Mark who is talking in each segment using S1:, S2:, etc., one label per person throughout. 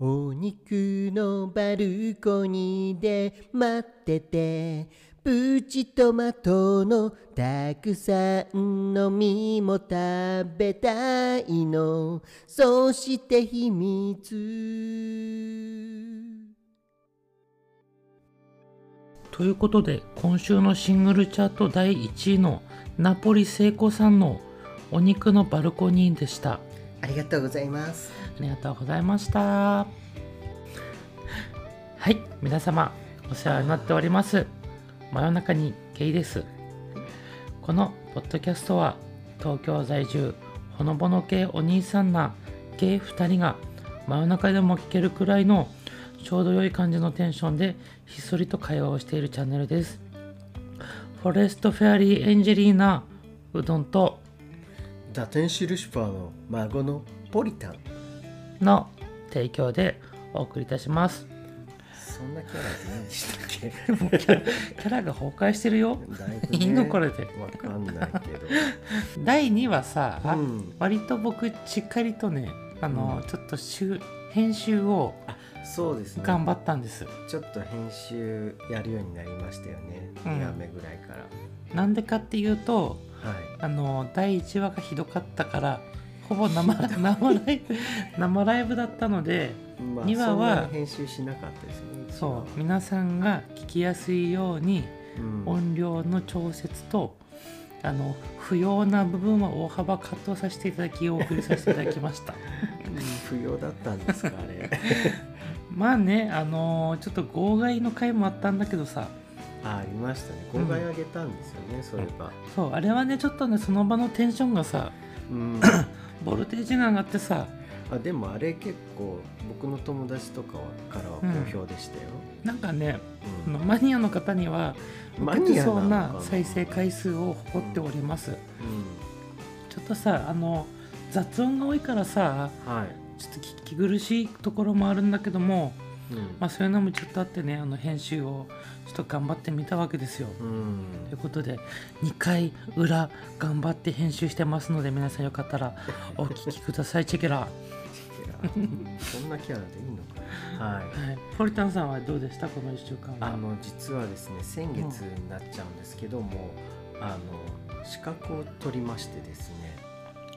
S1: お肉のバルコニーで待っててプチトマトのたくさんの実も食べたいのそして秘密
S2: ということで今週のシングルチャート第1位のナポリ聖子さんの「お肉のバルコニー」でしたあ
S1: ありがとうございます
S2: りがとうございましたはい皆様お世話になっております真夜中にゲイですこのポッドキャストは東京在住ほのぼの系お兄さんなゲイ2人が真夜中でも聞けるくらいのちょうど良い感じのテンションでひっそりと会話をしているチャンネルですフォレストフェアリーエンジェリーナうどんと
S1: ダテンシルシファーの孫のポリタン
S2: の提供でお送りいたします
S1: そんなキャラで何したっけ
S2: もうキャラキャラが崩壊してるよ
S1: だ いぶね
S2: いいのこれで
S1: わかん ないけど。
S2: 第2話さ、
S1: うん
S2: 割と僕しっかりとねあの、
S1: う
S2: ちょっと集編集を
S1: そうですね。
S2: 頑張ったんです
S1: ちょっと編集やるようになりましたよね。
S2: うん
S1: 2話目ぐらいから。
S2: なんでかっていうと
S1: はい。
S2: あの第1話がひどかったからほぼ 生生ライブ生ライブだったので
S1: まあ、
S2: 二話
S1: そん
S2: は
S1: な編集しなかったですね。
S2: そう皆さんが聞きやすいように
S1: うん。
S2: 音量の調節とあの不要な部分は大幅カットさせていただきお送りさせていただきました
S1: 不要だったんですか、あ れ。
S2: まあねあのちょっと号外の回もあったんだけどさ
S1: あ、ありましたね。今回あげたんですよね、そういえば。
S2: そうあれはねちょっとねその場のテンションがさ
S1: うん。
S2: ボルテージが上がってさ
S1: あ、でもあれ結構、僕の友達とかはからは好評でしたよ。
S2: なんかねあ
S1: うん
S2: のマニアの方には
S1: マ
S2: 受け
S1: ニ
S2: て
S1: ア
S2: そう
S1: なのか
S2: な再生回数を誇っております、
S1: う
S2: ちょっとさあの雑音が多いからさ
S1: ん。はい。
S2: ちょっと聞き苦しいところもあるんだけども、
S1: うん
S2: まあ、そういうのもちょっとあってねあの編集をちょっと頑張ってみたわけですよ。
S1: うん
S2: ということで2回裏頑張って編集してますので皆さんよかったらお聞きくださいチェケラ、は
S1: そんなキャラでいいのかな。はい。
S2: い、ポリタンさんはどうでしたこの1週間
S1: あ
S2: は
S1: の実はですね先月になっちゃうんですけども、あの資格を取りましてですね、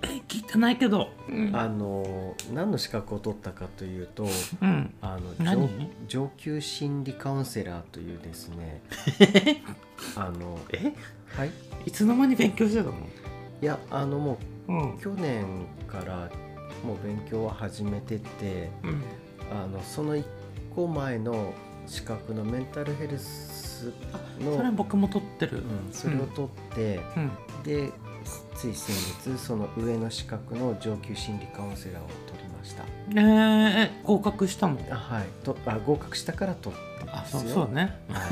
S2: え聞いてないけど、うん
S1: あの何の資格を取ったかという と
S2: うん、
S1: あの上
S2: 何
S1: 上級心理カウンセラーというです ねあの
S2: え
S1: はい
S2: いつの間に勉強してたの
S1: いやあのも
S2: うん
S1: う去年からもう勉強を始めてて
S2: うん
S1: あのその1個前の資格のメンタルヘルスの
S2: それは僕も撮ってる
S1: うん、それを取って。
S2: うん
S1: でつい先日その上の資格の上級心理カウンセラーを取りました
S2: えー、合格したの
S1: あはいとあ合格したから取ったん
S2: あ
S1: です
S2: そ
S1: よ
S2: うそうね
S1: は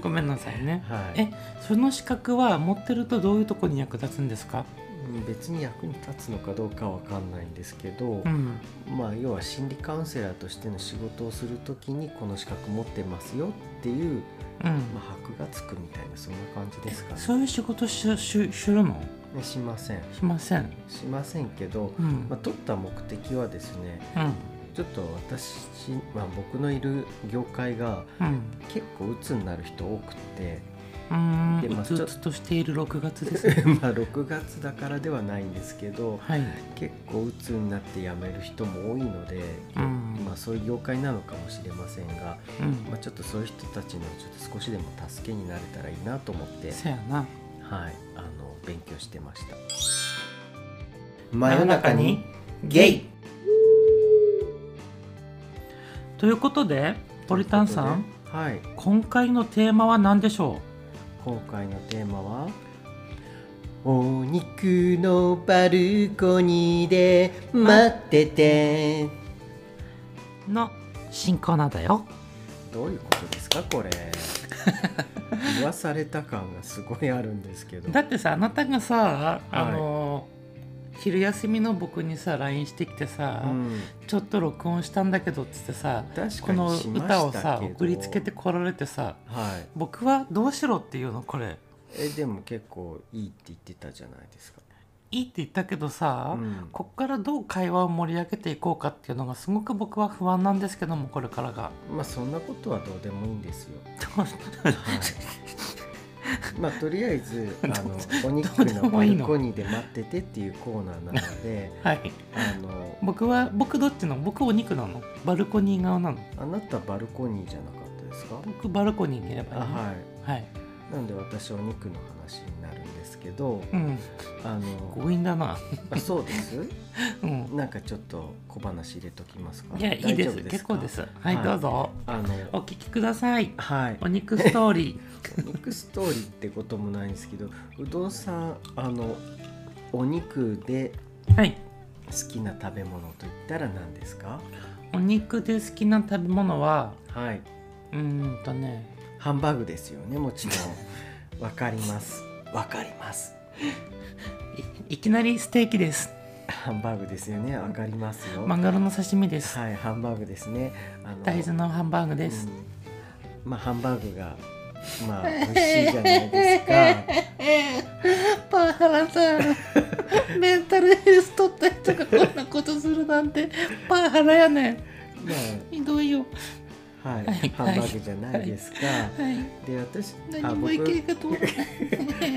S2: ごめんなさいね
S1: い、はい、
S2: その資格は持ってるとどういうとこに役立つんですか、
S1: うん別に役に立つのかどうかわかんないんですけど、
S2: ん、
S1: まあ要は心理カウンセラーとしての仕事をするときにこの資格持ってますよっていう、
S2: うん
S1: まあ、箔がつくみたいなそんな感じですかね
S2: そういう仕事ししするの
S1: ねしません
S2: しません
S1: しませんけど、
S2: うん、
S1: まあ、取った目的はですね
S2: うん
S1: ちょっと私、まあ、僕のいる業界が
S2: うん
S1: 結構鬱になる人多くて
S2: うー
S1: で
S2: ん
S1: まあ
S2: うつうつとしている6月です ね
S1: まあ6月だからではないんですけど
S2: はい、
S1: 結構鬱になって辞める人も多いので、
S2: うん
S1: まあ、そういう業界なのかもしれませんが、
S2: うん
S1: まあ、ちょっとそういう人たちのちょっと少しでも助けになれたらいいなと思って、
S2: せやな
S1: はい、あの勉強してました。
S2: 真
S1: 真
S2: 夜
S1: 夜
S2: 中
S1: 中
S2: に
S1: にゲイ
S2: ということでポリタンさん、
S1: はい、
S2: 今回のテーマは何でしょ
S1: 今回のテーマはお肉のバルコニーで待ってて
S2: うの新コーナーだよ
S1: どういうことですか これ言わされた感がすごいあるんですけど
S2: だってさあなたがさあの、昼休みの僕にさ LINE してきてさ、
S1: うん、
S2: ちょっと録音したんだけど」っつってさ
S1: 確かに
S2: この
S1: しましたけど
S2: 歌をさ送りつけてこられてさ
S1: はい
S2: 「僕はどうしろ」っていうのこれ
S1: えでも結構いいって言ってたじゃないですか
S2: いいって言ったけどさ、
S1: うん
S2: こっからどう会話を盛り上げていこうかっていうのがすごく僕は不安なんですけどもこれからが。
S1: まあそんなことはどうでもいいんですよ。 まあとりあえ ずあのお肉
S2: どうで
S1: の
S2: も
S1: バ
S2: いい
S1: ル
S2: の
S1: コニーで待っててっていうコーナーなので
S2: はい、
S1: あの
S2: 僕は僕どっちの僕お肉なのバルコニー側なの
S1: あなたバルコニーじゃなかったですか？
S2: 僕バルコニーにいればいい
S1: あ
S2: の
S1: はい。
S2: はい、
S1: なんで私お肉の話になるんですけど、
S2: うん
S1: あの
S2: 強引だな
S1: あそうです。
S2: うん
S1: なんかちょっと小話入れときますか。
S2: いやいいです
S1: 大丈夫
S2: 結
S1: か
S2: 構ですはい、
S1: はい
S2: どうぞ
S1: あ
S2: お
S1: の
S2: 聞きください
S1: はい。
S2: お肉ストーリ
S1: 肉ストーリーってこともないんですけど、うどんさんあのお肉で
S2: ー はい
S1: 好きな食べ物と言ったら何ですか？
S2: お肉で好きな食べ物は
S1: はい。
S2: うーんとね
S1: ハンバーグですよねもちろんわかりますわかります
S2: いいきなりステーキです
S1: ハンバーグですよねわかりますよ、
S2: マグロの刺身です
S1: はいハンバーグですねあの
S2: 大豆のハンバーグです、
S1: うんまあハンバーグがまあ美味しいじゃないですか
S2: パワハラさ んメンタルヘルス取った人がこんなことするなんてパワハラやねんひどいよ
S1: まあはい、
S2: はい
S1: ハンバーグじゃないですか、
S2: はい
S1: で私
S2: 何もいけんかと思った、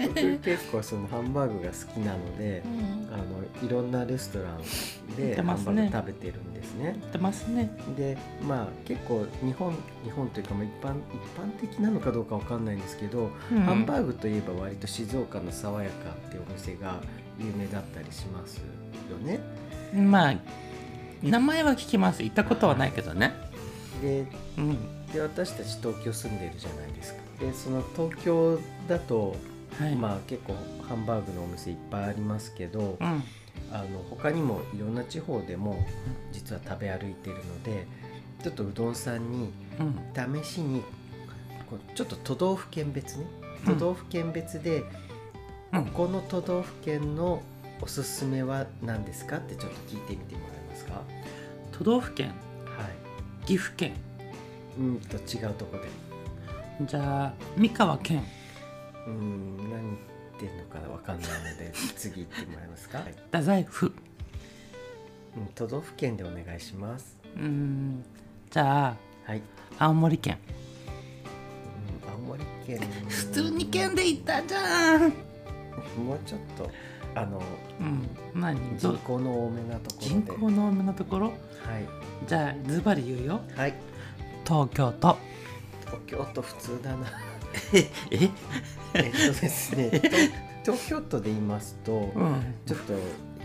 S1: 僕結構そのハンバーグが好きなので
S2: う、ん、
S1: あのいろんなレストラン
S2: 行っ
S1: で
S2: て
S1: ハ
S2: ま
S1: ン
S2: す
S1: バ
S2: ね
S1: ーグ食べてるんですね
S2: 言ってますね
S1: でまあ結構日本日本というかまあ一般一般的なのかどうかわかんないんですけど、ハン
S2: ー
S1: バーグといえば割と静岡の爽やかっていうお店が有名だったりしますよね。
S2: グまあ名前は聞きます行ったことはないけどね
S1: で
S2: うん
S1: で私たち東京住んでるじゃないですか。でその東京だと、
S2: はい
S1: まあ、結構ハンバーグのお店いっぱいありますけど
S2: うん
S1: あの他にもいろんな地方でも実は食べ歩いてるのでちょっとうどんさんに
S2: うん
S1: 試しにこうちょっと都道府県別ね
S2: うん
S1: 都道府県別で、
S2: うん
S1: ここの都道府県のおすすめは何ですかってちょっと聞いてみてもらえますかは
S2: 都道府県
S1: い
S2: 岐阜県
S1: うんと違うとこで
S2: じゃあ三河県
S1: うん何言ってんのかわかんない ので次行ってもらえますか、はい
S2: 太宰府
S1: うん、都道府県でお願いします
S2: うんじゃ
S1: はい、
S2: あ青森県
S1: うん、青森県
S2: 普通に県で行ったじゃん
S1: もうちょっとあの
S2: うん何
S1: 人
S2: ど
S1: 口の多めなところで
S2: 人口の多めのところ
S1: はい
S2: じゃあズバリ言うよ
S1: はい
S2: 東京都
S1: 東京都普通だな
S2: え
S1: えっとですねと東京都で言いますと
S2: うん
S1: ちょっと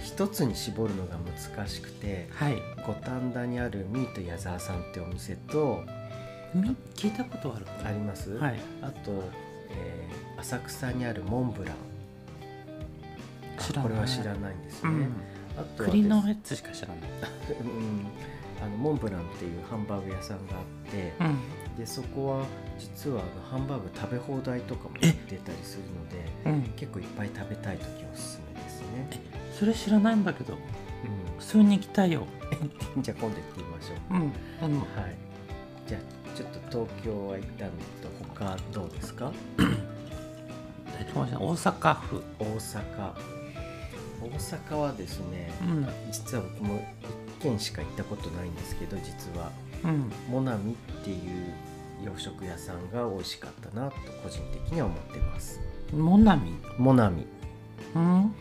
S1: 一つに絞るのが難しくて
S2: はい
S1: 五反田にあるミート矢沢さんってお店と
S2: み聞いたことある
S1: あります、
S2: はい
S1: あと、えー浅草にあるモンブランあ
S2: 知らない
S1: これは知らないんです
S2: う
S1: ね、
S2: ん
S1: あとは
S2: 栗の
S1: で
S2: やつしか知らない
S1: すうんあのモンブランっていうハンバーグ屋さんがあって
S2: うん
S1: でそこは実はあのハンバーグ食べ放題とかもやってたりするので
S2: うん
S1: 結構いっぱい食べたい時おすすめですね、
S2: それ知らないんだけど
S1: うん
S2: 普通に行きたいよ
S1: じゃあ今度行ってみましょう。
S2: うんあの
S1: はい。じゃあちょっと東京は一旦と他どうですか？
S2: えごめんなさい大阪府
S1: 大阪。大阪はですね、
S2: うん
S1: 実は僕も一軒しか行ったことないんですけど、実は
S2: うん
S1: モナミっていう洋食屋さんが美味しかったなと個人的には思ってます。
S2: モナミ
S1: モナミ。
S2: うんうん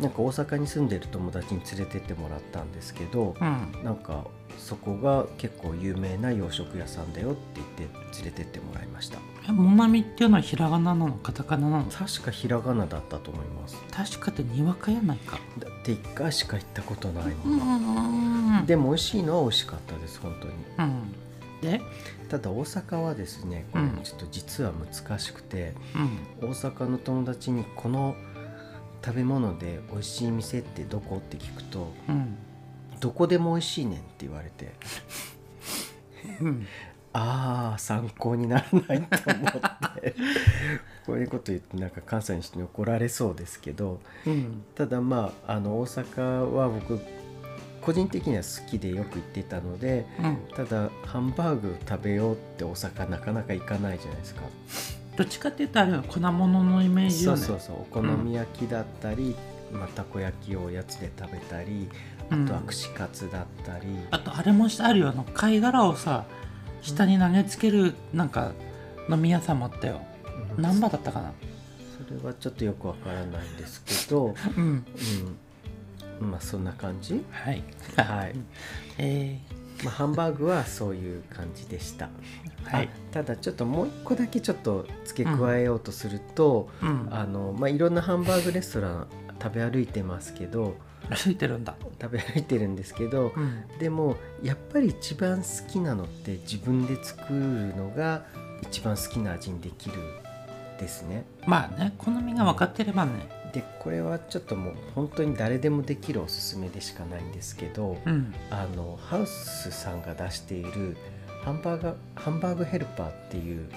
S1: なんか大阪に住んでる友達に連れてってもらったんですけど、なんかそこが結構有名な洋食屋さんだよって言って連れてってもらいました。
S2: えモナミっていうのはひらがななのカタカナなの
S1: 確かひらがなだったと思います
S2: 確かってにわかやないか
S1: だって1回しか行ったことないも
S2: うん
S1: ん、
S2: うん
S1: でも美味しいのは美味しかったです本当に
S2: うんで
S1: ただ大阪はですねこれ
S2: うん
S1: ちょっと実は難しくて、
S2: うん
S1: 大阪の友達にこの食べ物で美味しい店ってどこって聞くと
S2: うん
S1: どこでも美味しいねんって言われて
S2: うん
S1: ああ参考にならないと思って こういうこと言ってなんか関西の人に怒られそうですけど
S2: うん
S1: ただまああの大阪は僕個人的には好きでよく行ってたので
S2: うん
S1: ただハンバーグ食べようって大阪なかなか行かないじゃないですか、
S2: どっちかって言ったらあれは粉物のイメージ
S1: そ
S2: よ
S1: う
S2: ね
S1: そうそうお好み焼きだったり、まあ、たこ焼きをおやつで食べたりあとは串カツだったり、
S2: あとあれもあるよあの貝殻をさ下に投げつけるなんか飲み屋さんもあったよ
S1: うん
S2: 何番だったかな
S1: それはちょっとよくわからないんですけど、
S2: うん
S1: うん、まあそんな感じ、
S2: はい
S1: はい
S2: え
S1: まあ、ハンバーグはそういう感じでした、
S2: ー、はい
S1: あただちょっともう一個だけちょっと付け加えようとすると、
S2: うん
S1: あのまあ、いろんなハンバーグレストラン食べ歩いてますけど
S2: 歩いてるんだ
S1: 食べ歩いてるんですけど、
S2: うん
S1: でもやっぱり一番好きなのって自分で作るのが一番好きな味にできるですね。
S2: まあね好みが分かってればね
S1: でこれはちょっともう本当に誰でもできるおすすめでしかないんですけど、
S2: うん
S1: あのハウスさんが出しているハンバーガーハンバーグヘルパーっていう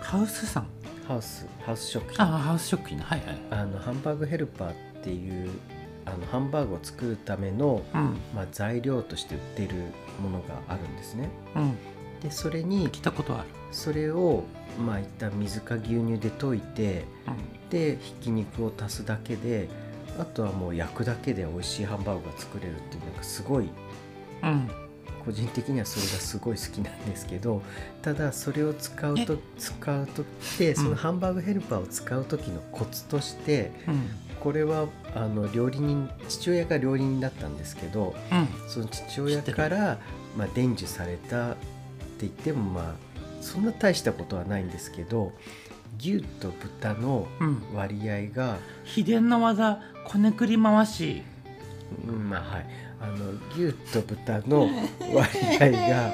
S2: ハウスさん
S1: ハウスハウス食品
S2: あ
S1: あ
S2: ハウス食品ねはいはい
S1: のハンバーグヘルパーっていうあのハンバーグを作るための、
S2: うん
S1: まあ、材料として売ってるものがあるんですね。
S2: うん
S1: でそれに
S2: 来たことある
S1: それをまあ一旦水か牛乳で溶いてでひき肉を足すだけであとはもう焼くだけで美味しいハンバーグが作れるっていうなんかすごい
S2: うん、うん、
S1: 個人的にはそれがすごい好きなんですけどただそれを使うと使うとでそのハンバーグヘルパーを使う時のコツとして、
S2: うん
S1: これはあの料理人父親が料理人だったんですけど
S2: うん
S1: その父親から、まあ、伝授されたって言ってもまあそんな大したことはないんですけど牛と豚の
S2: うん
S1: 割合が、
S2: 秘伝の技こねくり回し
S1: うんまあはいあの牛と豚 の割合が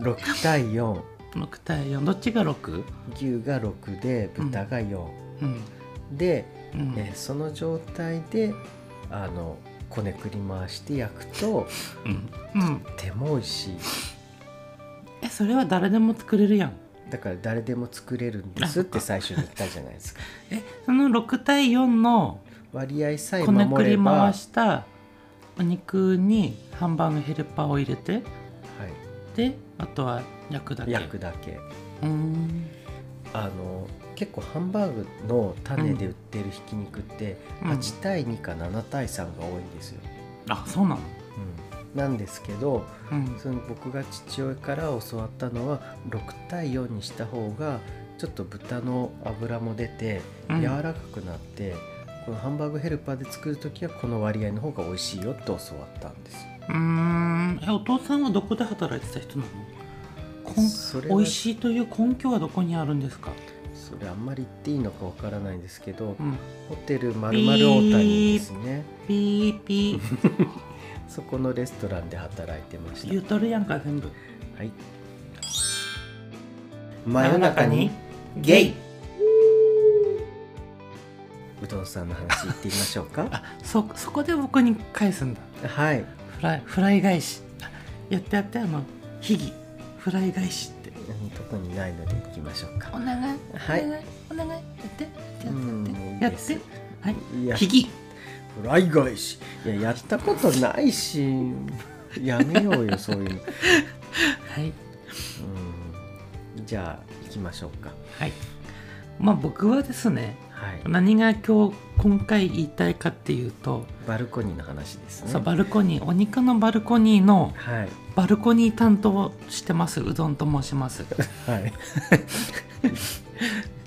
S1: 6対4
S2: 6対4どっちが 6?
S1: 牛が6で豚が4、
S2: うん
S1: で、
S2: うん
S1: えーその状態であのこねくり回して焼くと
S2: うんうん
S1: とても美味しい
S2: えそれは誰でも作れるやん
S1: だから誰でも作れるんですって最初に言ったじゃないですか
S2: えその6対4の
S1: 割合さえ
S2: こねく
S1: 守れ
S2: り
S1: ば、は
S2: 回
S1: い、
S2: したお肉にハンバーグヘルパーを入れてであとは焼くだけ
S1: 焼くだけ
S2: うーん
S1: あの結構ハンバーグの種で売ってるひき肉って
S2: うん
S1: 8対2か7対3が多いんですよ、
S2: あそうなの
S1: なんですけど
S2: うん
S1: その僕が父親から教わったのは6対4にした方がちょっと豚の脂も出て
S2: うん
S1: 柔らかくなって、このハンバーグヘルパーで作る時はこの割合の方が美味しいよって教わったんです
S2: うーんえお父さんはどこで働いてた人なのこん
S1: それは
S2: 美味しいという根拠はどこにあるんですか、
S1: それあんまり言っていいのかわからないんですけど、
S2: うん、
S1: ホテルまるまる大谷ですね
S2: ピーピー
S1: そこのレストランで働いてまし
S2: 言う
S1: た
S2: とるやんか全部
S1: はい真夜中にゲイうどんさんの話言ってみましょうか
S2: あそそこで僕に返すんだ
S1: はい
S2: フライフライ返しあやってやってあの秘技フライ返しって
S1: うん特にないので行きましょうか
S2: 願い
S1: はい
S2: お願いやってや
S1: うん
S2: や
S1: いいで
S2: ってやってやって
S1: すい
S2: は
S1: や
S2: い秘技
S1: フライ返しいややったことないしやめようよそういうの
S2: はい
S1: うんじゃあ行きましょうか
S2: はいまあ僕はですね
S1: はい
S2: 何が今日今回言いたいかっていうと、
S1: バルコニーの話ですね
S2: そうバルコニーお肉のバルコニーの
S1: はい
S2: バルコニー担当をしてますうどんと申します
S1: はい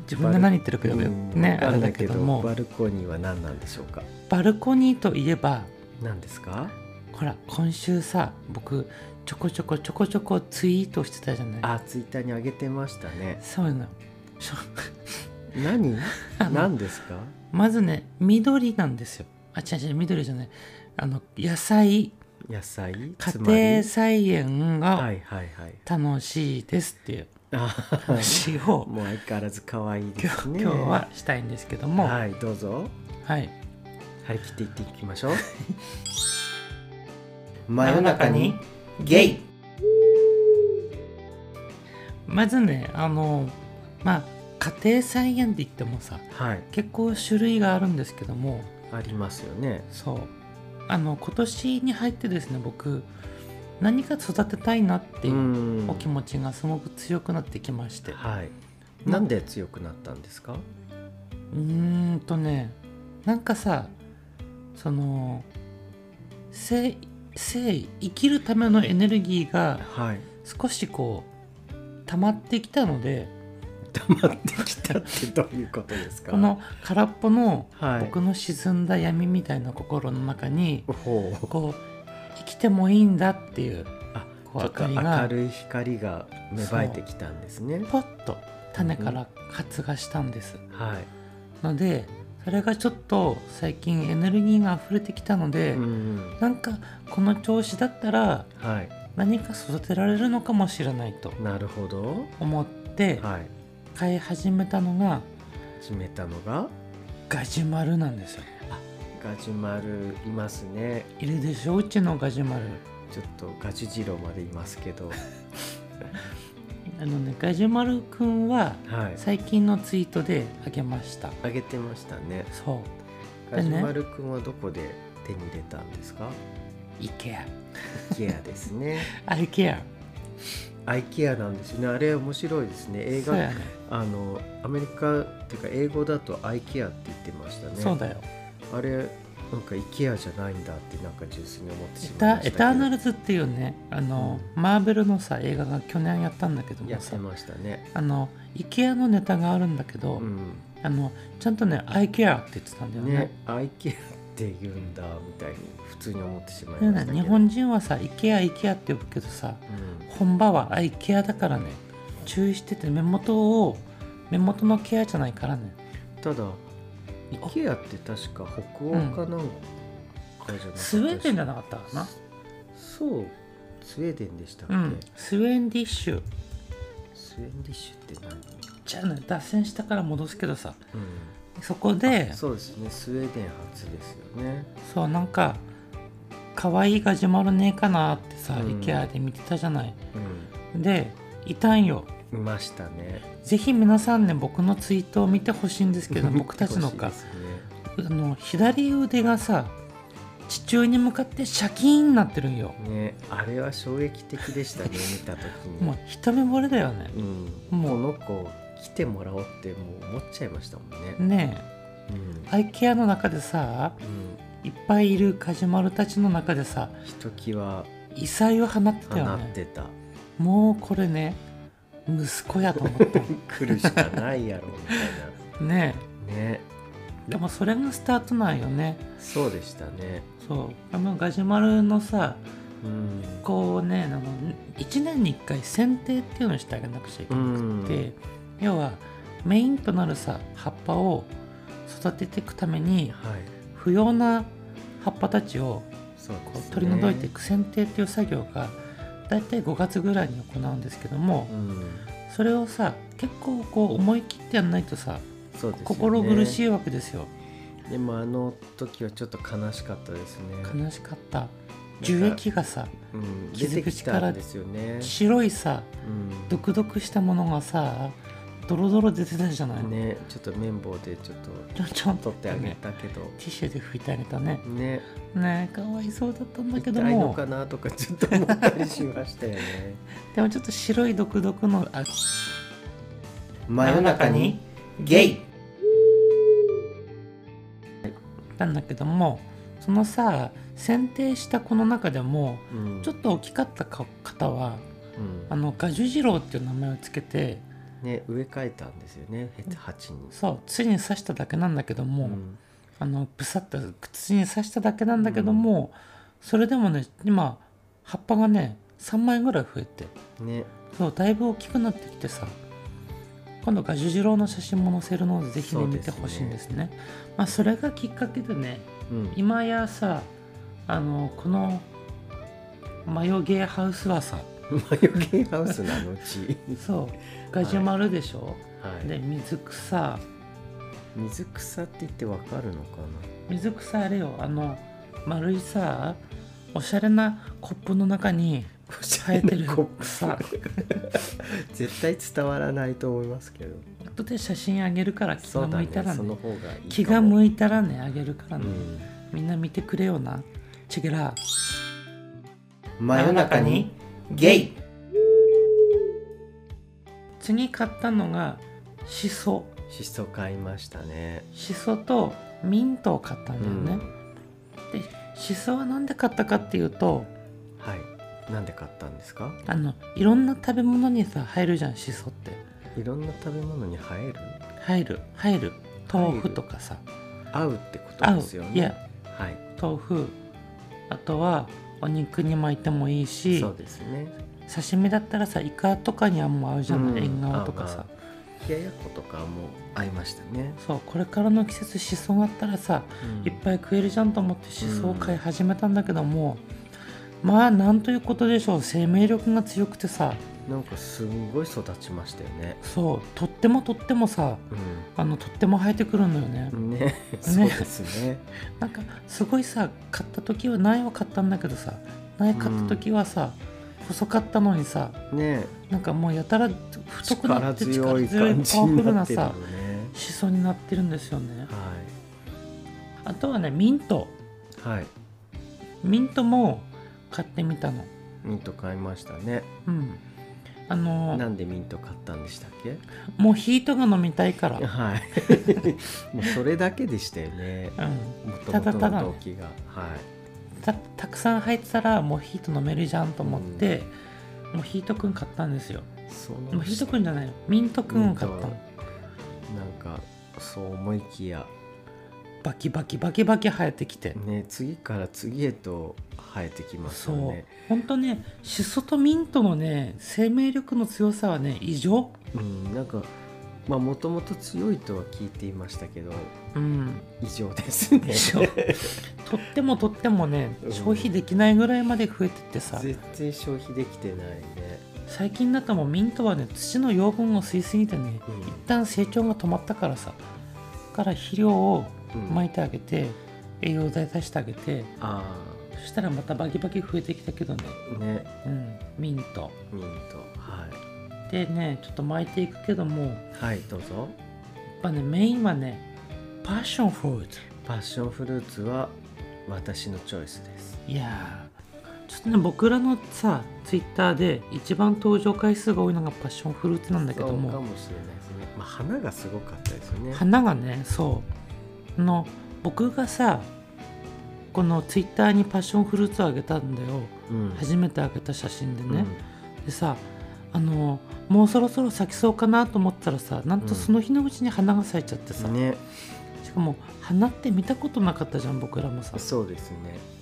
S2: 自分が何言ってるかよく
S1: うん
S2: ね
S1: わか
S2: あれ
S1: んな
S2: だ
S1: い
S2: けども
S1: バルコニーは何なんでしょうか
S2: バルコニーといえば
S1: 何ですか
S2: ほら今週さ僕ちょこちょこちょこちょこツイートしてたじゃない
S1: あツイッターに上げてましたね
S2: そういうのしょ
S1: 何
S2: あの
S1: 何ですか
S2: まずね緑なんですよあ違う違う緑じゃないあの野菜
S1: 野菜
S2: 家
S1: つまり
S2: 庭菜園
S1: は
S2: が
S1: いはいはい
S2: 楽しいですっていう
S1: あ
S2: 話を
S1: もう相変わらず可愛いで
S2: 今
S1: す
S2: 日
S1: ね
S2: 今日はしたいんですけども、
S1: はいどうぞ
S2: はい、
S1: 張り切っていっていきま しょう
S2: 真
S1: 真
S2: 夜中に
S1: ゲイ
S2: まずねあのまあ家庭菜園って言ってもさ
S1: はい
S2: 結構種類があるんですけども
S1: ありますよね
S2: そうあの今年に入ってですね僕何か育てたいなっていう
S1: うん
S2: お気持ちがすごく強くなってきまして
S1: はいなんで強くなったんですか
S2: うーんとねなんかさその生生生きるためのエネルギーが
S1: はい
S2: 少しこう溜まってきたので
S1: 黙ってきたってどういうことですか
S2: この空っぽの
S1: はい
S2: 僕の沈んだ闇みたいな心の中に
S1: ほう
S2: こう生きてもいいんだっていう
S1: あ
S2: こう
S1: ちょっと
S2: 明かりが
S1: 明るい光が芽生えてきたんですね
S2: ポッと種から発芽したんです。
S1: はい
S2: のでそれがちょっと最近エネルギーが溢れてきたので、
S1: うん
S2: なんかこの調子だったら
S1: はい
S2: 何か育てられるのかもしれないと
S1: なるほど
S2: 思って
S1: はい
S2: 飼い始めたのが
S1: 決めたのが
S2: ガジュマルなんですよ。
S1: ガジュマルいますね
S2: いるでしょうちのガジュマル。
S1: ちょっとガジュジロまでいますけど
S2: あのねガジュマルくんは
S1: はい
S2: 最近のツイートであげました。
S1: あげてましたね
S2: そう
S1: ガジュマルくんはどこで手に入れたんです か
S2: IKEA。
S1: ケアですね
S2: IKEA。
S1: アイケアなんですよねあれ面白いですね映
S2: そう
S1: 画
S2: やね。
S1: あのアメリカっていうか英語だとアイケアって言ってましたね
S2: そうだよ。
S1: あれなんかイケアじゃないんだってなんか純粋に思って
S2: エ
S1: しまい
S2: タ
S1: ました
S2: エターナルズっていうねあの、マーベルのさ映画が去年やったんだけど
S1: や
S2: も
S1: って
S2: さ
S1: ましたね
S2: あの IKEA のネタがあるんだけど、
S1: うん
S2: あのちゃんとね IKEA って言ってたんだよね
S1: ねアイケアって言うんだみたいに普通に思ってしまい
S2: だ
S1: ま
S2: か
S1: した
S2: ら
S1: け
S2: 日
S1: ど
S2: 本人はさ IKEA、IKEA って呼ぶけどさ
S1: うん
S2: 本場は IKEA だからね注意してて目元を目元のケアじゃないからね
S1: ただイケアって確か北欧かなんかじゃなかったし
S2: スウェーデンじゃなかったかな
S1: そうスウェーデンでしたっ
S2: う
S1: け、
S2: んスウェーディッシュ
S1: スウェーディッシュって何、
S2: じゃあね脱線したから戻すけどさ
S1: う
S2: そこで
S1: ん、そうですねスウェーデン初ですよね
S2: そうなんか可愛いガジュマルねえかなってさ、
S1: うん
S2: IKEA で見てたじゃない
S1: う
S2: でいたんよ
S1: んいましたね
S2: ぜひ皆さんね僕のツイートを見てほしいんですけど僕たちのか
S1: 見てほしいですね
S2: あの左腕がさ地中に向かってシャキーンになってるんよ
S1: ねあれは衝撃的でしたね見た時に、
S2: もう一目惚れだよね
S1: うん、
S2: も
S1: も
S2: う
S1: うこの子来てもらおうってもう思っちゃいましたもんね、
S2: ね
S1: うん
S2: え IKEA の中でさ
S1: うん、
S2: いっぱいいるカジュマルたちの中でさ
S1: ひときわ
S2: 異彩を放ってた
S1: 放
S2: よ
S1: っ
S2: ね
S1: て た、
S2: もうこれね息子やと思った
S1: 来るしかないやろみた
S2: ね
S1: いなね
S2: えでもそれがスタートなんよね
S1: そうでしたね
S2: そうあのガジュマルのさ
S1: うん
S2: こうねあの1年に1回剪定っていうのをしてあげなくちゃいけ
S1: う
S2: なくて
S1: ん
S2: で要はメインとなるさ葉っぱを育てていくために
S1: はい
S2: 不要な葉っぱたちを
S1: そう
S2: こ
S1: で
S2: う
S1: すね
S2: 取り除いていく剪定っていう作業がだいたい5月ぐらいに行うんですけども
S1: うん
S2: それをさ結構こう思い切ってやんないとさ
S1: そうですよね
S2: 心苦しいわけですよ
S1: でもあの時はちょっと悲しかったですね
S2: 悲しかった樹液がさ
S1: うん、出
S2: 傷
S1: て
S2: 口
S1: き
S2: か
S1: た
S2: ら
S1: んですよね、
S2: 白いさ
S1: うん
S2: ドクドクしたものがさドロドロ出てたじゃないの
S1: ねちょっと綿棒でちょっ
S2: ちょちょん
S1: と
S2: と
S1: 取ってあげ
S2: ね
S1: たけど
S2: ティッシュで拭いてあげたね
S1: ね
S2: ねえかわいそうだったんだけど
S1: 痛いの
S2: も
S1: かなとかちょっと思ったりしましたよ ね
S2: でもちょっと白い独特のあ
S1: 真
S2: ゲイなんだけどもそのさ選定した子の中でも
S1: うん、
S2: ちょっと大きかったか方は
S1: うん
S2: あのガジュジロウっていう名前をつけて
S1: ね植え替えたんですよね鉢に、
S2: そう土に刺しただけなんだけど
S1: う
S2: も、
S1: ん
S2: あのぶさっと土に刺しただけなんだけども、それでもね今葉っぱがね3枚ぐらい増えて
S1: ね
S2: そうだいぶ大きくなってきてさ今度ガジュジロウの写真も載せるのでぜひね
S1: そう
S2: 見
S1: で
S2: て
S1: すね
S2: ほしいんですねまあそれがきっかけでね
S1: うん
S2: 今やさあのこのマヨゲーハウスはさ
S1: マヨゲーハウスなのう ち
S2: そうガジュマルでしょ、
S1: はい
S2: で水草
S1: 水草って言ってわかるのか
S2: 水草あれよあの丸いさおしゃれなコップの中に
S1: な
S2: 生えてる
S1: コップ
S2: 草
S1: 絶対伝わらないと思いますけど
S2: 後で写真あげるから気
S1: そ
S2: が
S1: うだ
S2: 向
S1: ね
S2: いたらね
S1: その方がいいかも
S2: 気が向いたらねあげるから
S1: う
S2: ね、
S1: ん
S2: みんな見てくれよな。チェケラ。
S1: 真夜中にゲイ
S2: 次買ったのがシソ。
S1: シソ買いましたね
S2: シソとミントを買ったんだよね。でしそはなんで買ったかっていうと
S1: はいなんで買ったんですか
S2: あのいろんな食べ物にさ入るじゃんしそって
S1: いろんな食べ物に入る
S2: 入る入る豆腐とかさ
S1: 合うってこと
S2: 合う
S1: ですよ
S2: いや
S1: ねはい
S2: 豆腐あとはお肉に巻いてもいいし
S1: そうですね
S2: 刺身だったらさイカとかにはもう合うじゃない、
S1: うん
S2: 縁側とかさ
S1: 冷ややっことかも合いましたね、
S2: そうこれからの季節しそがあったらさいっぱい食えるじゃんと思ってしそを買い始めたんだけども、まあなんということでしょう生命力が強くてさ
S1: なんかすんごい育ちましたよね
S2: そうとってもとってもさあのとっても生えてくるのよね、
S1: うんねそうですね
S2: なんかすごいさ買った時は苗を買ったんだけどさ苗買った時はさ、細かったのにさ
S1: ね
S2: なんかもうやたら太くな
S1: 力
S2: って
S1: 強い
S2: 力強い
S1: 感
S2: パ
S1: じ
S2: ワフ
S1: に
S2: ル
S1: な
S2: な
S1: ってるよ
S2: さ
S1: ね
S2: しそになってるんですよね
S1: は
S2: あとはねミント
S1: いはい
S2: ミントも買ってみたの
S1: ミント買いましたね
S2: うんあの
S1: なんでミント買ったんでしたっけ
S2: もうヒートが飲みたいから、
S1: はい もうそれだけでしたよね
S2: うん、
S1: もと
S2: た
S1: も
S2: だ
S1: と
S2: ただ
S1: の動機がはい
S2: たたくさん入ってたらもうヒート飲めるじゃんと思って、もうヒートくん買ったんですよ
S1: そ
S2: も
S1: の
S2: うヒートくんじゃないよミントくんを買ったの
S1: なんかそう思いきや
S2: バキバキバキバキ生えてきて、
S1: ね次から次へと生えてきますよ
S2: そう
S1: ね
S2: ほんとねシソとミントのね生命力の強さはね異常
S1: うんなんかまあもともと強いとは聞いていましたけど
S2: うん
S1: 異常ですね
S2: 異 常とってもとってもね
S1: うん
S2: 消費できないぐらいまで増えてってさ
S1: 絶対消費できてないね
S2: 最近だともうミントはね土の養分を吸いすぎてね
S1: うん
S2: 一旦成長が止まったからさだから肥料を
S1: うん
S2: 撒いてあげて栄養剤足してあげて
S1: あ
S2: そしたらまたバキバキ増えてきたけどね
S1: あね
S2: うんミント
S1: ミントは
S2: でねちょっと巻いていくけどもや
S1: いはいどうぞ
S2: っぱねメインはねパッションフルーツ
S1: パッションフルーツは私のチョイスです
S2: いやーちょっとね僕らのさツイッターで一番登場回数が多いのがパッションフルーツなんだけど
S1: そうか
S2: も
S1: もしれないですね、まあ、花がすごかったですよね
S2: 花がねそうあの僕がさこのツイッターにパッションフルーツをあげたんだよ
S1: うん
S2: 初めてあげた写真でね、でさあのもうそろそろ咲きそうかなと思ったらさなんとその日のうちに花が咲いちゃってさ、
S1: うんね
S2: しかも花って見たことなかったじゃん僕らもさ
S1: そうですね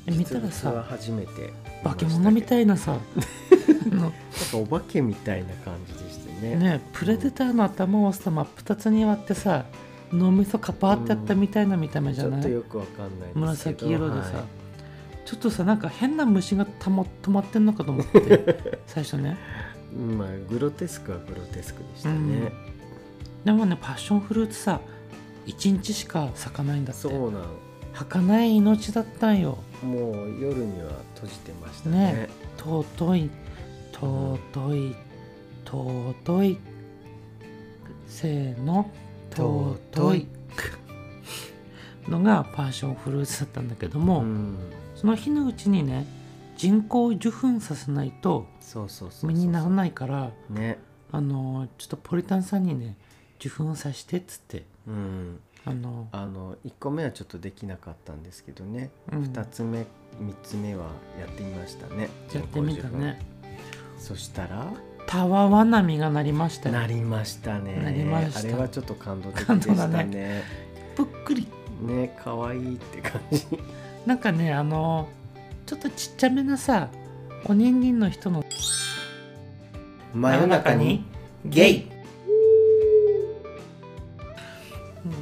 S2: え見たら
S1: 実
S2: さ
S1: 物は初めて
S2: 化け物み
S1: い
S2: たい なさあの
S1: なんかお化けみたいな感じでしたね
S2: ねプレデターの頭をさ真っ二つに割ってさ脳みそカパーってやったみたいな見た目じ
S1: ち
S2: ゃ
S1: ょ
S2: な
S1: っ
S2: い、
S1: とよくわかんないですけど
S2: 紫色でさ、
S1: は
S2: ちょっとさなんか変な虫がたま止まってんのかと思って 最初ね
S1: いまあグロテスクはグロテスクでしたね、
S2: でもねパッションフルーツさ1日しか咲かないんだって
S1: そうなん
S2: 儚い命だったんよ
S1: もう夜には閉じてましたね
S2: ね尊い尊い尊いせーの尊
S1: 尊
S2: い
S1: い
S2: のがパッションフルーツだったんだけど
S1: う
S2: も、
S1: ん
S2: その日のうちにね人工受粉させないと
S1: そうそうそうそう
S2: 実にならないから
S1: ね
S2: あのちょっとポリタンさんにね受粉させてっつって
S1: うん
S2: あの、
S1: あの1個目はちょっとできなかったんですけどね、
S2: うん
S1: 2つ目3つ目はやってみましたね
S2: やってみたね
S1: そしたら
S2: たわわな実がなりましたよ
S1: なりましたね
S2: なりました
S1: あれはちょっと感動的でした
S2: 感動だ
S1: ね
S2: ぷっくり
S1: ね可愛いって感 じ
S2: なんかねあのちょっとちっちゃめなさおにんにんの人の
S1: 真夜中にゲイ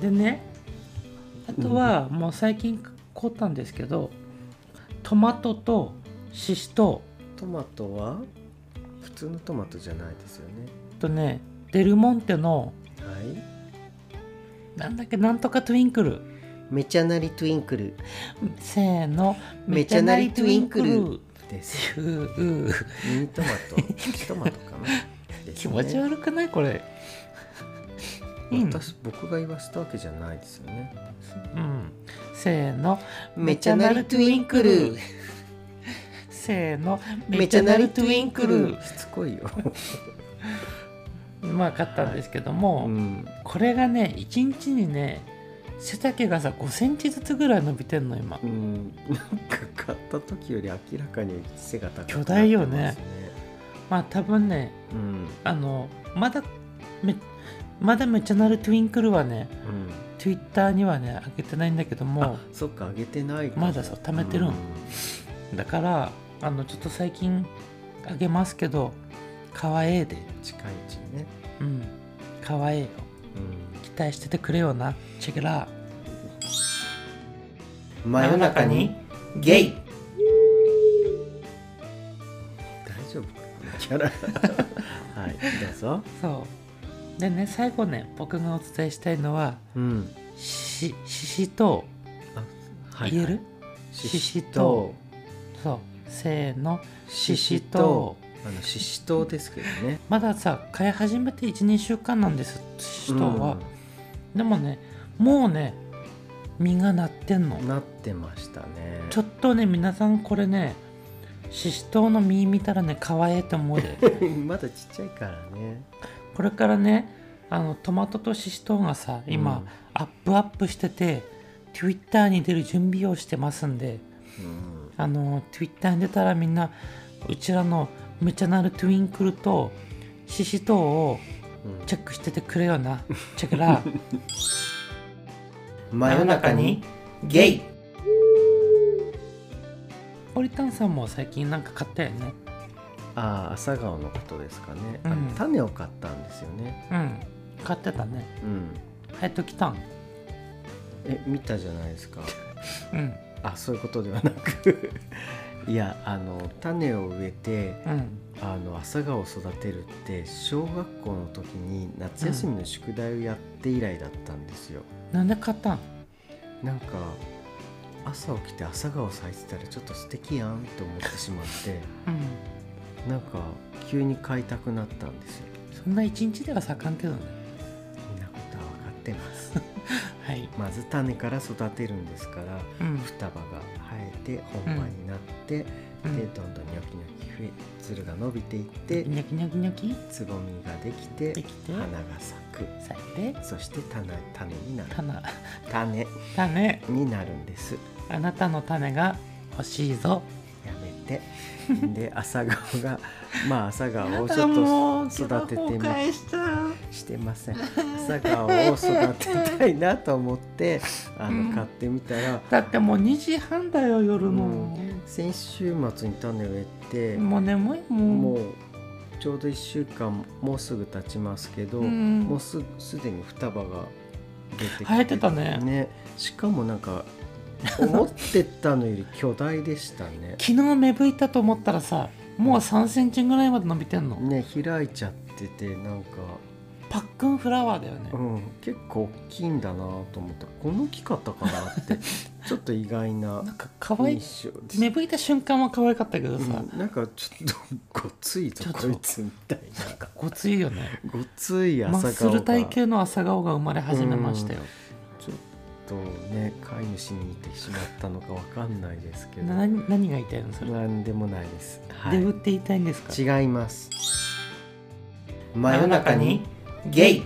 S2: でねあとはもう最近凍ったんですけどトマトとシシと
S1: トマトは普通のトマトじゃないですよね
S2: あとねデルモンテの
S1: はい
S2: なんだっけなんとかトゥインクル
S1: めちゃなりトゥインクル
S2: せーの
S1: めちゃなりトゥインクルです
S2: っていううー
S1: ミニトマ トプチトマトかな、です
S2: 気
S1: ね
S2: 持ち悪くないこれいいの
S1: 私僕が言わせたわけじゃないですよね
S2: うんせーの
S3: めちゃなりトゥインクル
S2: せーの
S3: めちゃなりトゥインクル
S1: しつこいよ、
S2: うまかったんですけども、
S1: ん、
S2: これがね一日にね背丈がさ5センチずつぐらい伸びてんの今
S1: うんなんか買った時より明らかに背が高くなってます、ね、
S2: 巨大よねまあ多分ね
S1: うん
S2: あのまだめまだめっちゃなるトゥインクルはね
S1: うん、
S2: Twitter にはね上げてないんだけど
S1: あ
S2: も
S1: そっか上げてないか
S2: まだそう溜めてるんだからあのちょっと最近あげますけどかわええで
S1: 近いうちにね、
S2: うんかわええよ
S1: う
S2: 期待しててくれよなチェケラ
S1: ん、
S2: 真夜中にゲイ
S1: 大丈夫かなキャ ラはいどうぞ
S2: そうでね最後ね僕がお伝えしたいのは
S1: うん
S2: しししと
S1: あは
S2: 言える、
S1: しし
S2: と
S1: と
S2: そうせーの
S1: しし
S2: しし
S1: と
S2: と
S1: あのししとうですけどね
S2: まださ飼い始めて12週間なんですししとうは、でもねもうね実がなってんの
S1: うんなってましたね
S2: ちょっとね皆さんこれねししとうの実見たらね可愛いと思うで
S1: まだちっちゃいからね
S2: これからねあのトマトとししとうがさ今、アップアップしてて Twitter に出る準備をしてますんで
S1: うん
S2: あの Twitter に出たらみんなうちらのむちゃなるトゥインクルとシシトウを
S1: うん
S2: チェックしててくれよなチェック ラ
S1: 真夜中にゲイ
S2: ポリタンさんも最近なんか買ったよね
S1: ああ朝顔のことですかね、あの
S2: うん
S1: 種を買ったんですよね
S2: うん買ってたね
S1: うん
S2: ハヤトきたん
S1: え見たじゃないですか
S2: うん
S1: あそういうことではなく いやあの種を植えて
S2: うん
S1: あの朝顔を育てるって小学校の時に夏休みの宿題をやって以来だったんですよ、
S2: なんで買ったん
S1: なんか朝起きて朝顔咲いてたらちょっと素敵やんと思ってしま って
S2: うん
S1: なんか急に買いたくなったんですよ
S2: そんな一日では咲かんけどね
S1: みんなことは分かってます
S2: はい
S1: まず種から育てるんですから
S2: うん
S1: 双葉が生えて本葉になって、
S2: うん
S1: でどんどんニョキニョキ増えつるが伸びていって、
S2: ニョキニョキニョキ
S1: つぼみができて
S2: できて
S1: 花が咲く
S2: 咲いて
S1: そして種種になる
S2: 花
S1: 種
S2: 種
S1: になるんです
S2: あなたの種が欲しいぞ
S1: やめてで朝顔がまあ朝顔をち
S2: やだ
S1: ょ
S2: もう
S1: っと育てて
S2: 崩
S1: ま
S2: 壊した
S1: してません朝顔を育てたいなと思ってあ
S2: うん
S1: の買ってみたら、
S2: だってもう2時半だよ夜の、
S1: 先週末に種植えて、
S2: もう眠いもん
S1: もうちょうど1週間もうすぐ経ちますけど、
S2: うん
S1: もうすすでに双葉が出てきて
S2: 生えてたね
S1: しかもなんか思ってたのより巨大でした ね
S2: 昨日芽吹いたと思ったらさもう3センチぐらいまで伸びてんの
S1: ね開いちゃっててなんか、
S2: パックンフラワーだよね、
S1: うん、結構大きいんだなと思ってこの木方かなって ちょっと意外な
S2: なんか可愛い
S1: 印象です
S2: 芽吹いた瞬間は可愛かったけどさ、
S1: うん、なんかちょっとごつい
S2: ち
S1: ぞ
S2: ょっと
S1: こいつみたいな
S2: ごついよね
S1: ごつい
S2: マッ
S1: 朝
S2: ス
S1: 顔
S2: ル
S1: が
S2: 体型の朝顔が生まれ始めましたよ、
S1: ちょっとね飼い主に似てしまったのかわかんないですけど
S2: な何何が言いたいのそれ、
S1: なんでもないです、は
S2: デブって言いたいんですか
S1: い、違います
S2: 真
S1: 真
S2: 夜中にゲイ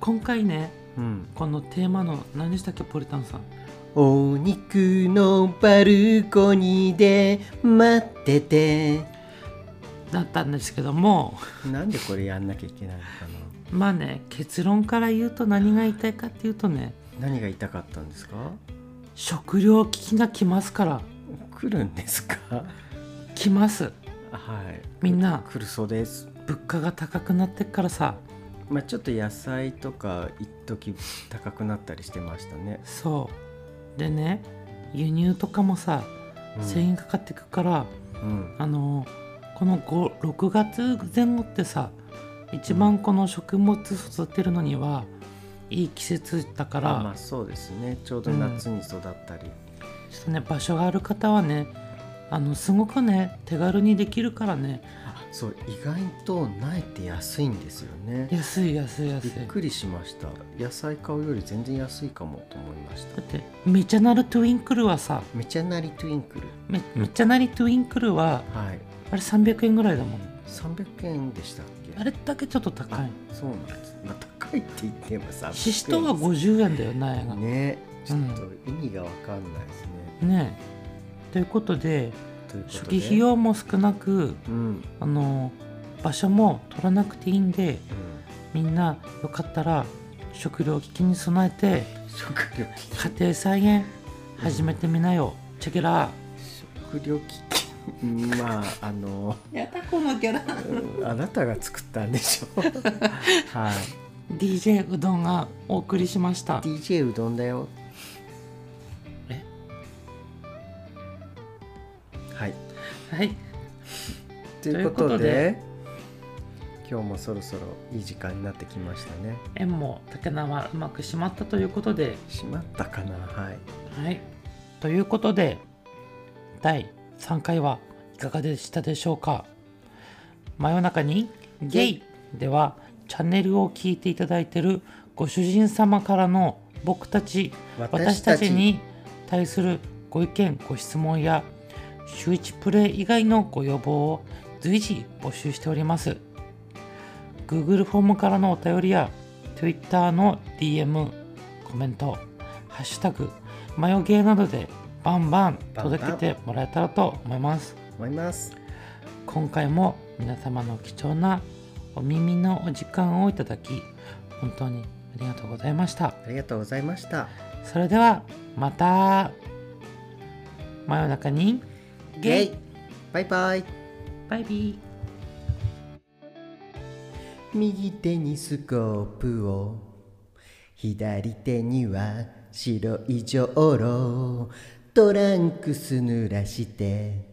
S2: 今回ね
S1: うん
S2: このテーマの何でしたっけポリタンさん
S3: お肉のバルコニーで待ってて
S2: だったんですけども
S1: なんでこれやんなきゃいけないのか
S2: まあね結論から言うと何が言いたいかっていうとね
S1: な何が痛かったんですか
S2: 食料危機が来ますから
S1: 来るんですか
S2: 来ます
S1: はい
S2: みんな
S1: 来るそうです
S2: 物価が高くなってっからさ
S1: まあちょっと野菜とか一時高くなったりしてましたね、
S2: そうでね輸入とかもさ
S1: うん
S2: 1000円かかってくから、
S1: うん
S2: あのこの5 6月前後ってさ一番この食物育てるのにはいい季節だか
S1: ま
S2: ら、
S1: あまあそうですねちょうど夏に育ったり、
S2: ちょっとね場所がある方はねあのすごくね手軽にできるからね
S1: そう意外と苗って安いんですよね
S2: 安い安い安
S1: び
S2: い
S1: っくりしました野菜買うより全然安いかもと思いました
S2: だってめちゃなるトゥインクルはさ
S1: めちゃなりトゥインクル
S2: めめちゃなりトゥインクルは
S1: はい
S2: あれ300円ぐらいだもん
S1: 300円でしたっけ
S2: あれだけちょっと高
S1: あ
S2: い
S1: そうなんですまあ高
S4: いって言ってもさ
S2: シシトは50円だよ苗がね
S4: ねちょっと意味がわかんないですね、
S2: ということで
S4: ということで
S2: 初期費用も少なく
S4: うん、うん、
S2: あの場所も取らなくていいんでみんなよかったら食料危機に備えて
S4: 食料危機
S2: 家庭菜園始めてみなよ、チェケラ
S4: 食料危機まああ の
S2: やだこのキャラ
S4: うんあなたが作ったんでし ょはい
S2: DJ うどんがお送りしました
S4: DJ うどんだよ
S2: え
S4: はい
S2: はい
S4: と
S2: い
S4: いうう
S2: こ
S4: ことと
S2: で
S4: で今日もそろそろいい時間になってきましたね
S2: 縁も竹縄うまくしまったということで
S4: しまったかなはい
S2: はいということで第3回はいかがでしたでしょうか真夜中にゲイではチャンネルを聞いていただいているご主人様からの僕たち私たちに対するご意見ご質問や週1プレイ以外のご要望を随時募集しております Google フォームからのお便りや Twitter の DM コメント「ハッシュタグマヨゲー」などでバンバン届けてもらえたらと思います
S4: 思います
S2: 今回も皆様の貴重なお耳のお時間をいただき本当にありがとうございました
S4: ありがとうございました
S2: それではまた真夜中にゲイ
S4: バイバイ
S2: バイビー
S1: 右手にスコープを左手には白いじょうろトランクス濡らして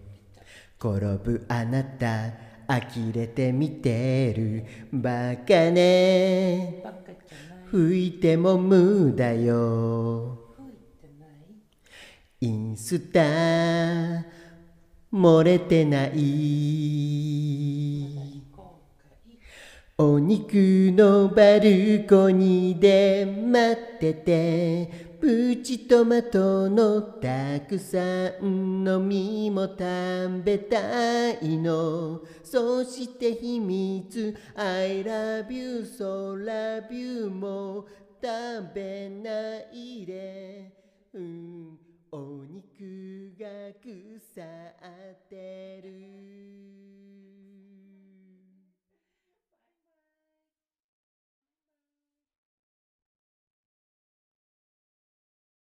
S1: 転ぶあなた呆れて見てるバカね吹いても無駄よインスタ漏れてないお肉のバルコニーで待っててプチトマトのたくさんの実も食べたいのそして秘密 I love you so love you も食べないで、うん、お肉が腐ってる